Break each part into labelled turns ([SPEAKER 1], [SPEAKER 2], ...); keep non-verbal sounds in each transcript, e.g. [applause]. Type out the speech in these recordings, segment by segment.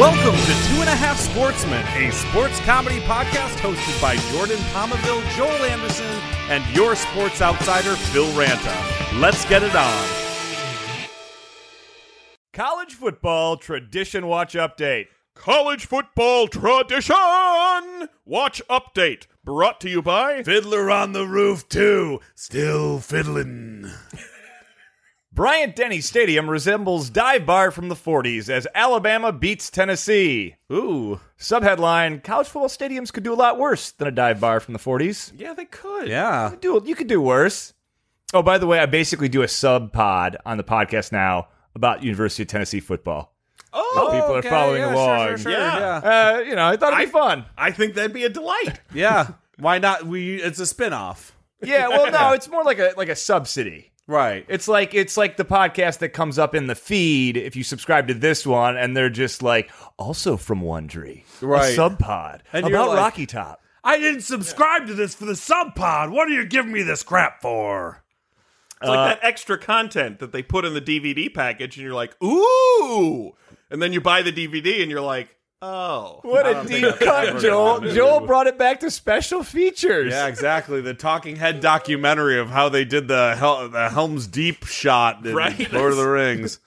[SPEAKER 1] Welcome to Two and a Half Sportsmen, a sports comedy podcast hosted by Jordan Palmaville, Joel Anderson, and your sports outsider, Phil Ranta. Let's get it on. College football tradition watch update.
[SPEAKER 2] College football tradition watch update brought to you by
[SPEAKER 1] Fiddler on the Roof 2,
[SPEAKER 2] Still Fiddlin.
[SPEAKER 1] Bryant Denny Stadium resembles dive bar from the 40s as Alabama beats Tennessee.
[SPEAKER 2] Ooh,
[SPEAKER 1] Subheadline: College football stadiums could do a lot worse than a dive bar from the 40s.
[SPEAKER 2] yeah, they could.
[SPEAKER 1] You
[SPEAKER 3] Yeah.
[SPEAKER 1] could do you could do worse. Oh, by the way, I basically do a sub pod on the podcast now about University of Tennessee football.
[SPEAKER 2] Oh,
[SPEAKER 1] people are following along.
[SPEAKER 2] Yeah.
[SPEAKER 3] yeah.
[SPEAKER 1] Uh, you know, I thought it'd be fun.
[SPEAKER 2] I think that'd be a delight. [laughs]
[SPEAKER 3] Yeah. Why not? We it's a spinoff,
[SPEAKER 1] [laughs] Yeah, well, [laughs] no, it's more like a like a subsidy.
[SPEAKER 3] right?
[SPEAKER 1] It's like it's like the podcast that comes up in the feed if you subscribe to this one, and they're just like also from Wondery,
[SPEAKER 3] Right.
[SPEAKER 1] A sub pod
[SPEAKER 3] And you're
[SPEAKER 1] about
[SPEAKER 3] like-
[SPEAKER 1] Rocky Top.
[SPEAKER 2] I didn't subscribe to this for the sub pod. What are you giving me this crap for? It's
[SPEAKER 3] Uh,
[SPEAKER 2] like that extra content that they put in the DVD package, and you're like, ooh. And then you buy the DVD, and you're like, oh.
[SPEAKER 1] What a deep cut, Joel. Joel brought it back to special features.
[SPEAKER 3] yeah, exactly. The Talking Head documentary of how they did the Hel- the Helm's Deep shot in
[SPEAKER 2] Right.
[SPEAKER 3] Lord of the Rings.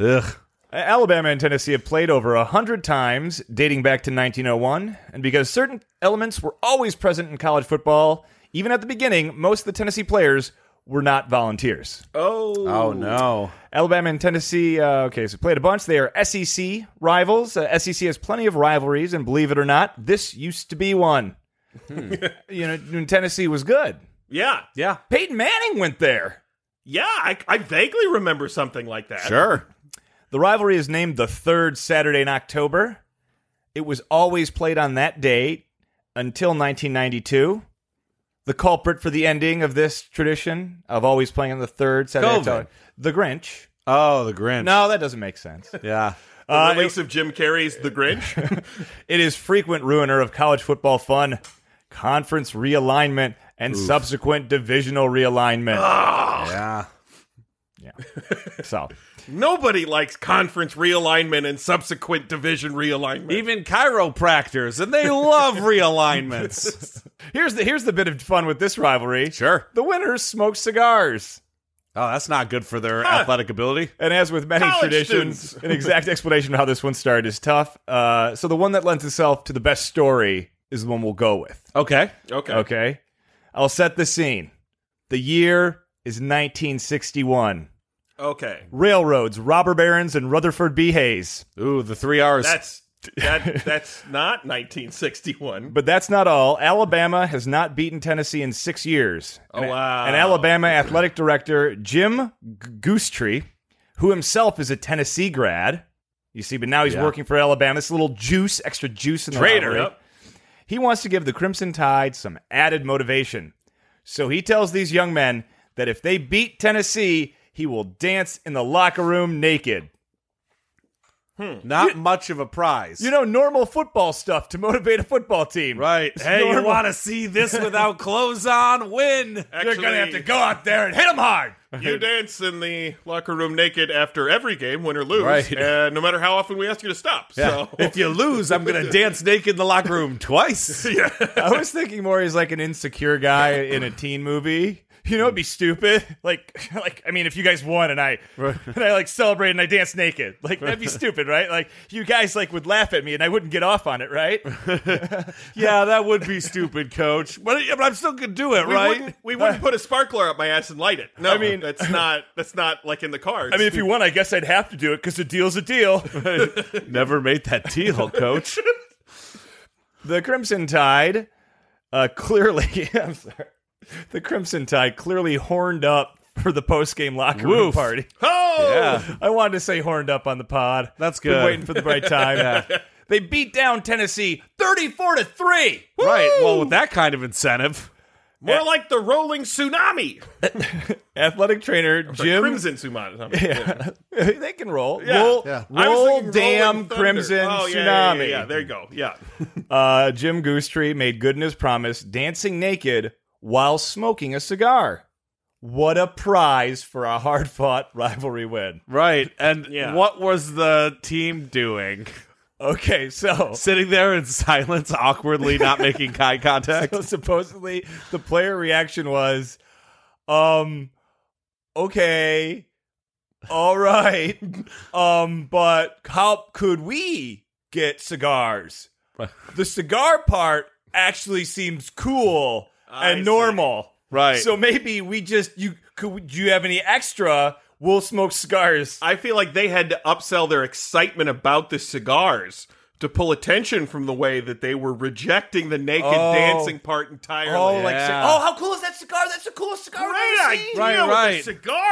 [SPEAKER 3] Ugh.
[SPEAKER 1] Alabama and Tennessee have played over a hundred times, dating back to 1901. And because certain elements were always present in college football, even at the beginning, most of the Tennessee players were not volunteers.
[SPEAKER 2] [laughs] Oh.
[SPEAKER 3] Oh no.
[SPEAKER 1] Alabama and Tennessee, uh, okay, so played a bunch. They are SEC rivals. Uh, SEC has plenty of rivalries, and believe it or not, this used to be one. [laughs] you know, when Tennessee was good,
[SPEAKER 2] Yeah.
[SPEAKER 3] Yeah.
[SPEAKER 1] Peyton Manning went there.
[SPEAKER 2] Yeah. I, I vaguely remember something like that.
[SPEAKER 3] Sure.
[SPEAKER 1] The rivalry is named the third Saturday in October. It was always played on that date until 1992. The culprit for the ending of this tradition of always playing on the third Saturday in
[SPEAKER 3] COVID.
[SPEAKER 1] October, the Grinch.
[SPEAKER 3] Oh, the Grinch.
[SPEAKER 1] No, that doesn't make sense.
[SPEAKER 3] Yeah.
[SPEAKER 2] The release of Jim Carrey's The
[SPEAKER 3] [laughs]
[SPEAKER 2] Grinch.
[SPEAKER 1] it is frequent ruiner of college football fun, conference realignment, and subsequent divisional realignment.
[SPEAKER 2] Ah.
[SPEAKER 3] Yeah.
[SPEAKER 1] Yeah. So,
[SPEAKER 2] Nobody likes conference realignment and subsequent division realignment.
[SPEAKER 3] Even chiropractors, and they love
[SPEAKER 2] [laughs]
[SPEAKER 3] realignments.
[SPEAKER 1] here's the here's the bit of fun with this rivalry.
[SPEAKER 3] sure.
[SPEAKER 1] The winners smoke cigars.
[SPEAKER 3] Oh, that's not good for their athletic ability.
[SPEAKER 1] And as with many
[SPEAKER 2] College
[SPEAKER 1] traditions,
[SPEAKER 2] students. [laughs]
[SPEAKER 1] an exact explanation of how this one started is tough. Uh, so the one that lends itself to the best story is the one we'll go with.
[SPEAKER 3] Okay.
[SPEAKER 2] okay.
[SPEAKER 1] Okay, I'll set the scene. The year is 1961.
[SPEAKER 2] Okay.
[SPEAKER 1] Railroads, robber barons, and Rutherford B. Hayes.
[SPEAKER 3] Ooh, the three R's.
[SPEAKER 2] That's that that's not 1961.
[SPEAKER 1] But that's not all. Alabama has not beaten Tennessee in six years.
[SPEAKER 2] Oh,
[SPEAKER 1] And-
[SPEAKER 2] wow.
[SPEAKER 1] And Alabama athletic director Jim G- Goostree, who himself is a Tennessee grad, you see, but now he's
[SPEAKER 3] Yeah.
[SPEAKER 1] working for Alabama. This little juice, extra juice in the
[SPEAKER 2] Traitor.
[SPEAKER 1] rivalry.
[SPEAKER 2] Yep.
[SPEAKER 1] He wants to give the Crimson Tide some added motivation. So he tells these young men that if they beat Tennessee, he will dance in the locker room naked.
[SPEAKER 3] not much of a prize.
[SPEAKER 1] You know, normal football stuff to motivate a football team.
[SPEAKER 3] Right. Hey, you want to see this without clothes on? Win.
[SPEAKER 2] Actually-
[SPEAKER 1] go out there and hit
[SPEAKER 2] [laughs]
[SPEAKER 1] them hard.
[SPEAKER 2] You dance in the locker room naked after every game, win or lose,
[SPEAKER 3] Right.
[SPEAKER 2] and no matter how often we ask you to stop. So
[SPEAKER 3] If you lose, I'm going to dance naked in the locker room
[SPEAKER 2] [laughs]
[SPEAKER 3] twice.
[SPEAKER 1] I was thinking more he's like an insecure guy in a teen movie. You know, it'd be stupid. Like, [laughs] like I mean, if you guys won and I [laughs] and I like celebrate and I dance naked, like that'd be stupid, right? Like you guys like would laugh at me and I wouldn't get off on it, right?
[SPEAKER 3] [laughs] yeah, that would be stupid,
[SPEAKER 1] [laughs]
[SPEAKER 3] coach. But, but I'm still going to do it,
[SPEAKER 2] we
[SPEAKER 3] right?
[SPEAKER 2] wouldn't, we wouldn't put a sparkler up my ass and light it. No, I mean
[SPEAKER 1] mean-
[SPEAKER 2] that's not that's not like in the cars.
[SPEAKER 1] I mean, if you won, I guess I'd have to do it because a deal's a deal.
[SPEAKER 3] Never made that deal, [laughs] coach.
[SPEAKER 1] [laughs] the Crimson Tide, uh, clearly, [laughs] I'm sorry. The Crimson Tide clearly horned up for the post game locker room
[SPEAKER 3] Woof.
[SPEAKER 1] party.
[SPEAKER 2] oh,
[SPEAKER 3] yeah.
[SPEAKER 1] I wanted to say horned up on the pod.
[SPEAKER 3] That's
[SPEAKER 1] Been
[SPEAKER 3] good.
[SPEAKER 1] waiting for the
[SPEAKER 2] [laughs]
[SPEAKER 1] right time. They beat down Tennessee 34 to 3.
[SPEAKER 3] Right. Well, with that kind of incentive.
[SPEAKER 2] more like the rolling tsunami,
[SPEAKER 1] Athletic trainer Jim
[SPEAKER 2] Oh, crimson tsunami.
[SPEAKER 1] [laughs]
[SPEAKER 3] [laughs]
[SPEAKER 1] Yeah. [laughs] they can roll.
[SPEAKER 2] Yeah.
[SPEAKER 1] Roll,
[SPEAKER 3] Yeah.
[SPEAKER 2] I was
[SPEAKER 1] roll
[SPEAKER 2] thinking Rolling
[SPEAKER 1] damn
[SPEAKER 2] Thunder.
[SPEAKER 1] crimson
[SPEAKER 2] Oh, yeah,
[SPEAKER 1] tsunami.
[SPEAKER 2] yeah, yeah, yeah, there you go. Yeah.
[SPEAKER 1] Uh, Jim Goostree made good in his promise, dancing naked while smoking a cigar. What a prize for a hard fought rivalry win.
[SPEAKER 3] Right. And
[SPEAKER 2] Yeah.
[SPEAKER 3] what was the team doing?
[SPEAKER 1] Okay, so
[SPEAKER 3] Sitting there in silence, awkwardly not making
[SPEAKER 1] [laughs]
[SPEAKER 3] eye contact.
[SPEAKER 1] So supposedly the player reaction was, um, okay, all right, [laughs] um, but how could we get cigars? The cigar part actually seems cool
[SPEAKER 2] I
[SPEAKER 1] and
[SPEAKER 2] see.
[SPEAKER 1] normal,
[SPEAKER 3] Right.
[SPEAKER 1] So maybe we just you could do you have any extra? We'll smoke cigars.
[SPEAKER 2] I feel like they had to upsell their excitement about the cigars to pull attention from the way that they were rejecting the naked
[SPEAKER 1] Oh.
[SPEAKER 2] dancing part entirely.
[SPEAKER 1] Oh, like
[SPEAKER 3] Yeah.
[SPEAKER 1] oh, how cool is that cigar? That's the coolest cigar I've ever seen.
[SPEAKER 2] Great idea with
[SPEAKER 3] Right,
[SPEAKER 2] the
[SPEAKER 3] right.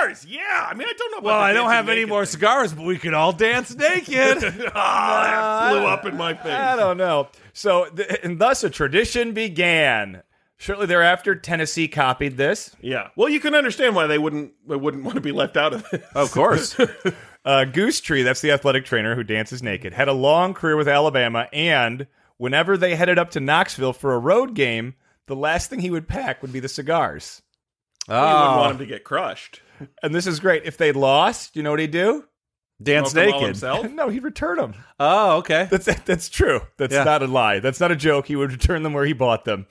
[SPEAKER 2] cigars. Yeah, I mean, I don't know. About
[SPEAKER 3] well,
[SPEAKER 2] the
[SPEAKER 3] I don't
[SPEAKER 2] dancing
[SPEAKER 3] have any
[SPEAKER 2] naked
[SPEAKER 3] more
[SPEAKER 2] thing.
[SPEAKER 3] cigars, but we could all
[SPEAKER 1] [laughs]
[SPEAKER 3] dance naked.
[SPEAKER 2] oh, that blew
[SPEAKER 1] No,
[SPEAKER 3] Ah,
[SPEAKER 1] I-
[SPEAKER 2] up in my face.
[SPEAKER 1] I don't know. So, th- and thus a tradition began. Shortly thereafter, Tennessee copied this.
[SPEAKER 2] Yeah. Well, you can understand why they wouldn't they wouldn't want to be left out of
[SPEAKER 3] [laughs]
[SPEAKER 2] this. [laughs]
[SPEAKER 1] Of course. [laughs] uh, Goose Tree, that's the athletic trainer who dances naked, had a long career with Alabama, and whenever they headed up to Knoxville for a road game, the last thing he would pack would be the cigars.
[SPEAKER 2] You wouldn't want
[SPEAKER 3] Ah,
[SPEAKER 2] him to get crushed.
[SPEAKER 1] And this is great. If they lost, you know what he'd do?
[SPEAKER 3] dance
[SPEAKER 2] Smoke 'em all
[SPEAKER 3] naked.
[SPEAKER 2] himself.
[SPEAKER 1] [laughs] No, he'd return them.
[SPEAKER 3] Oh, okay.
[SPEAKER 1] That's that's true. That's
[SPEAKER 3] Yeah.
[SPEAKER 1] not a lie. That's not a joke. He would return them where he bought them.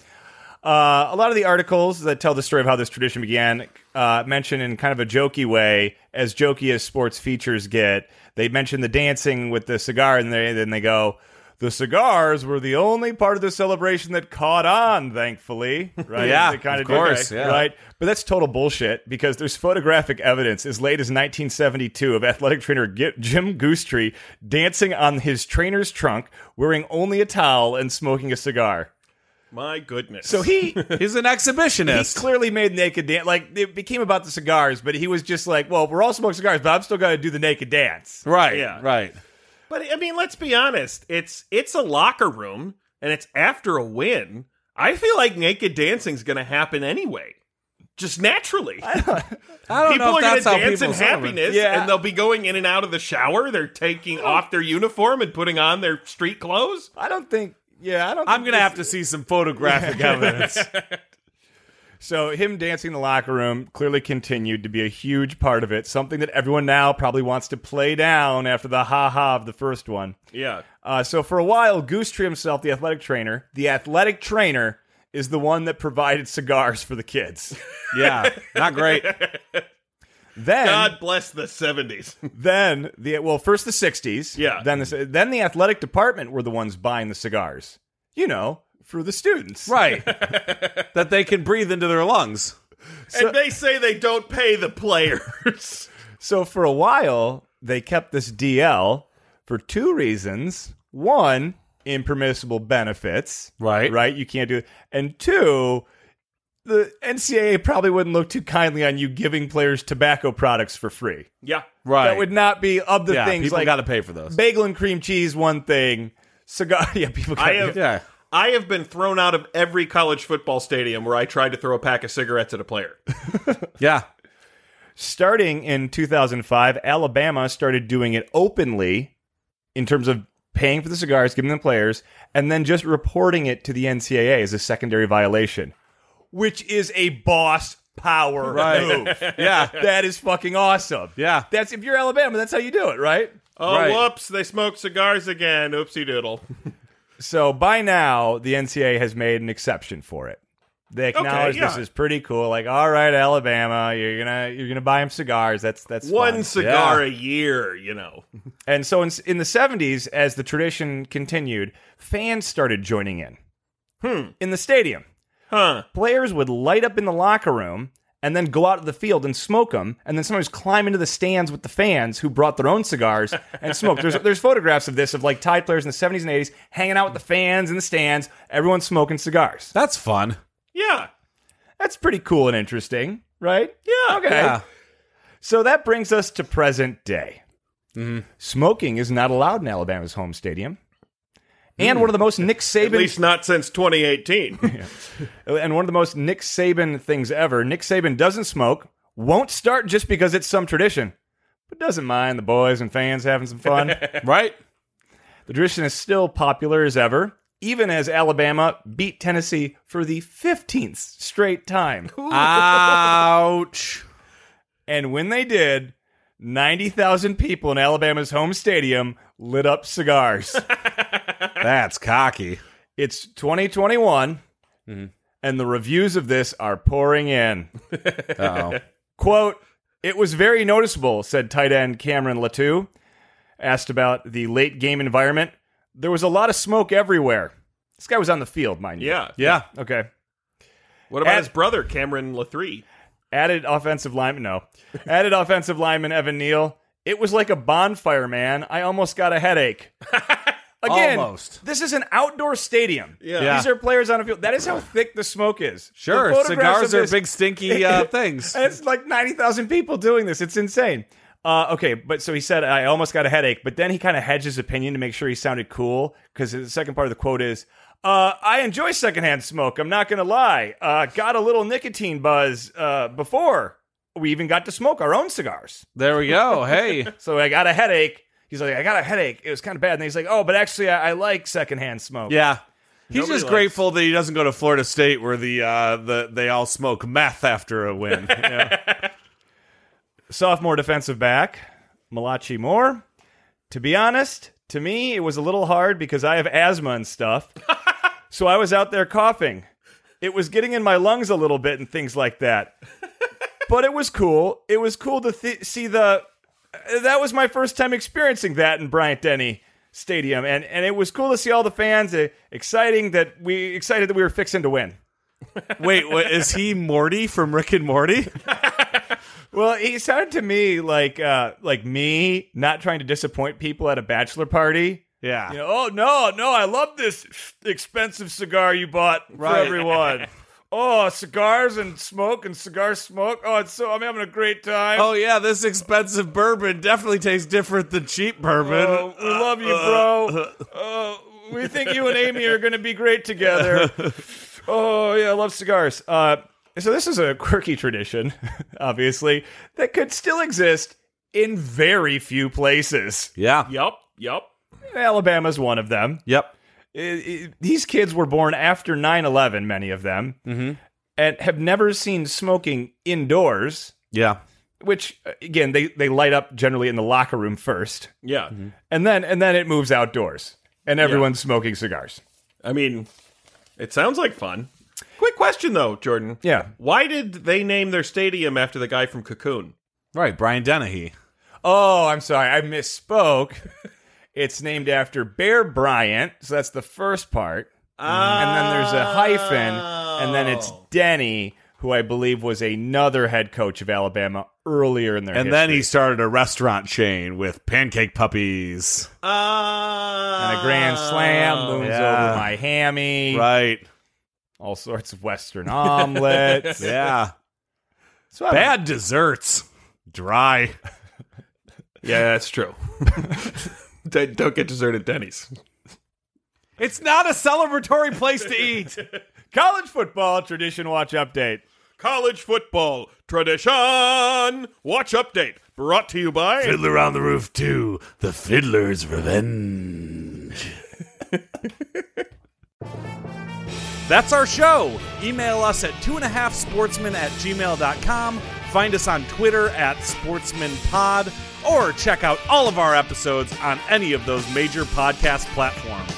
[SPEAKER 1] Uh, a lot of the articles that tell the story of how this tradition began uh, mention in kind of a jokey way, as jokey as sports features get. They mention the dancing with the cigar, and they, then they go, "The cigars were the only part of the celebration that caught on,
[SPEAKER 3] [laughs]
[SPEAKER 1] thankfully." Right?
[SPEAKER 3] Yeah,
[SPEAKER 1] They kinda
[SPEAKER 3] of
[SPEAKER 1] do that,
[SPEAKER 3] course, yeah.
[SPEAKER 1] Right? But that's total bullshit because there's photographic evidence as late as 1972 of athletic trainer Gi- Jim Goosetree dancing on his trainer's trunk, wearing only a towel and smoking a cigar.
[SPEAKER 2] My goodness.
[SPEAKER 1] So
[SPEAKER 3] [laughs]
[SPEAKER 1] he
[SPEAKER 3] He's an
[SPEAKER 1] he
[SPEAKER 3] exhibitionist.
[SPEAKER 1] clearly made naked dance. Like it became about the cigars, but he was just like, "Well, we're all smoking cigars, but I'm still going to do the naked dance."
[SPEAKER 3] right,
[SPEAKER 2] Yeah.
[SPEAKER 3] right.
[SPEAKER 2] But I mean, let's be honest. It's it's a locker room, and it's after a win. I feel like naked dancing's going to happen anyway, just naturally.
[SPEAKER 3] I don't
[SPEAKER 2] people
[SPEAKER 3] know
[SPEAKER 2] are
[SPEAKER 3] if
[SPEAKER 2] going
[SPEAKER 3] that's
[SPEAKER 2] to
[SPEAKER 3] how
[SPEAKER 2] dance in
[SPEAKER 3] people celebrate.
[SPEAKER 2] happiness,
[SPEAKER 1] Yeah.
[SPEAKER 2] and they'll be going in and out of the shower. They're taking off their uniform and putting on their street clothes.
[SPEAKER 1] I don't think. Yeah, I don't.
[SPEAKER 3] I'm going to have to see some
[SPEAKER 1] [laughs]
[SPEAKER 3] photographic evidence.
[SPEAKER 1] So him dancing in the locker room clearly continued to be a huge part of it. Something that everyone now probably wants to play down after the ha ha of the first one.
[SPEAKER 2] Yeah.
[SPEAKER 1] Uh, so for a while, Goosetree himself, the athletic trainer, the athletic trainer is the one that provided cigars for the kids.
[SPEAKER 3] Yeah, not great.
[SPEAKER 1] [laughs] Then,
[SPEAKER 2] God bless the seventies.
[SPEAKER 1] then the well, first the '60s.
[SPEAKER 2] Yeah.
[SPEAKER 1] Then the then the athletic department were the ones buying the cigars. You know, for the students.
[SPEAKER 3] Right. that they can breathe into their lungs.
[SPEAKER 2] and they say they don't pay the players.
[SPEAKER 1] So for a while, they kept this DL for two reasons. One, impermissible benefits.
[SPEAKER 3] Right.
[SPEAKER 1] Right? You can't do it. And two, the NCAA probably wouldn't look too kindly on you giving players tobacco products for free.
[SPEAKER 2] yeah.
[SPEAKER 3] Right.
[SPEAKER 1] That would not be of the
[SPEAKER 3] yeah,
[SPEAKER 1] things
[SPEAKER 3] people
[SPEAKER 1] like
[SPEAKER 3] got to pay for those.
[SPEAKER 1] bagel and cream cheese, one thing. Cigar, [laughs] yeah, people. Got
[SPEAKER 2] I have-
[SPEAKER 3] yeah.
[SPEAKER 2] I have been thrown out of every college football stadium where I tried to throw a pack of cigarettes at a player. [laughs]
[SPEAKER 3] Yeah.
[SPEAKER 1] starting in 2005, Alabama started doing it openly in terms of paying for the cigars, giving them players, and then just reporting it to the NCAA as a secondary violation, which is a boss power
[SPEAKER 3] Right.
[SPEAKER 2] [laughs]
[SPEAKER 1] move.
[SPEAKER 3] Yeah.
[SPEAKER 1] that is fucking awesome.
[SPEAKER 3] Yeah.
[SPEAKER 1] That's if you're Alabama, that's how you do it, right?
[SPEAKER 2] Oh,
[SPEAKER 3] Right.
[SPEAKER 2] whoops, they smoked cigars again. Oopsie doodle.
[SPEAKER 1] So by now, the NCAA has made an exception for it. They acknowledge this
[SPEAKER 2] yeah.
[SPEAKER 1] is pretty cool. Like, all right, Alabama, you're gonna you're gonna buy them cigars. That's that's
[SPEAKER 2] One
[SPEAKER 1] fun.
[SPEAKER 2] cigar a year, you know.
[SPEAKER 1] And so in, in the 70s, as the tradition continued, fans started joining in. Hmm. In the stadium,
[SPEAKER 2] Huh.
[SPEAKER 1] players would light up in the locker room and then go out to the field and smoke them, and then sometimes climb into the stands with the fans who brought their own cigars and smoked. There's, there's photographs of this of like Tide players in the 70s and 80s hanging out with the fans in the stands, everyone smoking cigars.
[SPEAKER 3] That's fun.
[SPEAKER 2] Yeah.
[SPEAKER 1] That's pretty cool and interesting, right?
[SPEAKER 2] Yeah.
[SPEAKER 1] Okay.
[SPEAKER 3] Yeah.
[SPEAKER 1] So that brings us to present day.
[SPEAKER 2] Mm-hmm.
[SPEAKER 1] Smoking is not allowed in Alabama's home stadium. And one of the most Nick
[SPEAKER 2] Hmm. At
[SPEAKER 1] Saban
[SPEAKER 2] least not since
[SPEAKER 1] [laughs]
[SPEAKER 2] 2018.
[SPEAKER 1] and one of the most Nick Saban things ever. Nick Saban doesn't smoke, won't start just because it's some tradition, but doesn't mind the boys and fans having some
[SPEAKER 2] [laughs]
[SPEAKER 1] fun. the
[SPEAKER 3] Right?
[SPEAKER 1] tradition is still popular as ever, even as Alabama beat Tennessee for the 15th straight time.
[SPEAKER 3] Ouch.
[SPEAKER 1] And when they did, 90,000 people in Alabama's home stadium lit up cigars.
[SPEAKER 3] That's cocky.
[SPEAKER 1] It's 2021, and the reviews of this are pouring in. [laughs]
[SPEAKER 3] Oh,
[SPEAKER 1] Quote, it was very noticeable, said tight end Cameron Latou. Asked about the late game environment, there was a lot of smoke everywhere. This guy was on the field, mind you.
[SPEAKER 2] Yeah.
[SPEAKER 3] yeah.
[SPEAKER 1] Okay.
[SPEAKER 2] What about
[SPEAKER 1] At-
[SPEAKER 2] his brother, Cameron Lathree?
[SPEAKER 1] Added offensive lineman, no. Added offensive lineman Evan Neal. It was like a bonfire, man. I almost got a headache. Again,
[SPEAKER 3] Almost.
[SPEAKER 1] this is an outdoor stadium.
[SPEAKER 2] Yeah.
[SPEAKER 1] These are players on a field. That is how thick the smoke is. The
[SPEAKER 3] Sure,
[SPEAKER 1] photographs
[SPEAKER 3] cigars
[SPEAKER 1] of
[SPEAKER 3] are
[SPEAKER 1] this-
[SPEAKER 3] big
[SPEAKER 1] [laughs]
[SPEAKER 3] stinky uh, things.
[SPEAKER 1] And it's like 90,000 people doing this. It's insane. Uh, okay, but so he said, I almost got a headache, but then he kind of hedged his opinion to make sure he sounded cool because the second part of the quote is, uh, I enjoy secondhand smoke. I'm not going to lie. Uh, got a little nicotine buzz uh, before we even got to smoke our own cigars.
[SPEAKER 3] There we go. Hey,
[SPEAKER 1] So I got a headache. He's like, I got a headache. It was kind of bad. And he's like, Oh, but actually, I, I like secondhand smoke.
[SPEAKER 3] yeah. He's
[SPEAKER 2] Nobody
[SPEAKER 3] just
[SPEAKER 2] likes-
[SPEAKER 3] grateful that he doesn't go to Florida State where the uh, the they all smoke meth after
[SPEAKER 1] [laughs]
[SPEAKER 3] a win. Yeah.
[SPEAKER 1] sophomore defensive back, Malachi Moore. To be honest, to me, it was a little hard because I have asthma and stuff. so I was out there coughing. It was getting in my lungs a little bit and things like that. but it was cool. It was cool to th- see the. uh, That was my first time experiencing that in Bryant Denny Stadium, and and it was cool to see all the fans. Uh, exciting that we excited that we were fixing to win.
[SPEAKER 3] Wait, what, is he Morty from Rick and Morty?
[SPEAKER 1] Well, he sounded to me like uh, like me not trying to disappoint people at a bachelor party.
[SPEAKER 3] Yeah.
[SPEAKER 1] You know, oh no, no, I love this expensive cigar you bought
[SPEAKER 3] Right.
[SPEAKER 1] for everyone. oh, cigars and smoke and cigar smoke. Oh, it's so I'm having a great time.
[SPEAKER 3] oh yeah, this expensive bourbon definitely tastes different than cheap bourbon. [laughs]
[SPEAKER 1] Oh, we love you, bro. Oh, we think you and Amy are going to be great together. Oh, yeah, I love cigars. Uh, so, this is a quirky tradition, [laughs] obviously, that could still exist in very few places.
[SPEAKER 3] yeah.
[SPEAKER 2] Yup. Yup.
[SPEAKER 1] Alabama's one of them.
[SPEAKER 3] Yep.
[SPEAKER 1] I- I- these kids were born after 9 11, many of them, and have never seen smoking indoors,
[SPEAKER 3] Yeah.
[SPEAKER 1] which, uh, again, they, they light up generally in the locker room first.
[SPEAKER 2] Yeah.
[SPEAKER 1] and then and then it moves outdoors and everyone's smoking cigars
[SPEAKER 2] I mean, it sounds like fun. Quick question though, Jordan.
[SPEAKER 1] Yeah.
[SPEAKER 2] Why did they name their stadium after the guy from Cocoon?
[SPEAKER 3] Right, Brian Dennehy.
[SPEAKER 1] oh i'm sorry i misspoke [laughs] it's named after bear bryant so that's the first part Mm, and then there's a hyphen and then
[SPEAKER 2] Oh.
[SPEAKER 1] it's
[SPEAKER 3] Oh.
[SPEAKER 1] denny who i believe was another head coach of alabama earlier in their
[SPEAKER 3] And then he started a restaurant chain with pancake puppies.
[SPEAKER 2] Ah.
[SPEAKER 1] and a grand slam moons
[SPEAKER 3] Oh, Yeah.
[SPEAKER 1] over my hammy
[SPEAKER 3] Right.
[SPEAKER 1] all sorts of western [laughs] omelets
[SPEAKER 3] [laughs] Yeah.
[SPEAKER 1] So I'm-
[SPEAKER 3] Bad desserts. Dry.
[SPEAKER 2] Yeah, that's true. [laughs] D- Don't get dessert at Denny's.
[SPEAKER 3] It's not a celebratory place to eat.
[SPEAKER 1] college football tradition watch update
[SPEAKER 2] College football tradition. Watch update brought to you by.
[SPEAKER 3] Fiddler on the Roof 2, The Fiddler's Revenge. [laughs] That's our show. Email us at two and a half sportsmen at gmail.com. Find us on Twitter at sportsmanpod or check out all of our episodes on any of those major podcast platforms.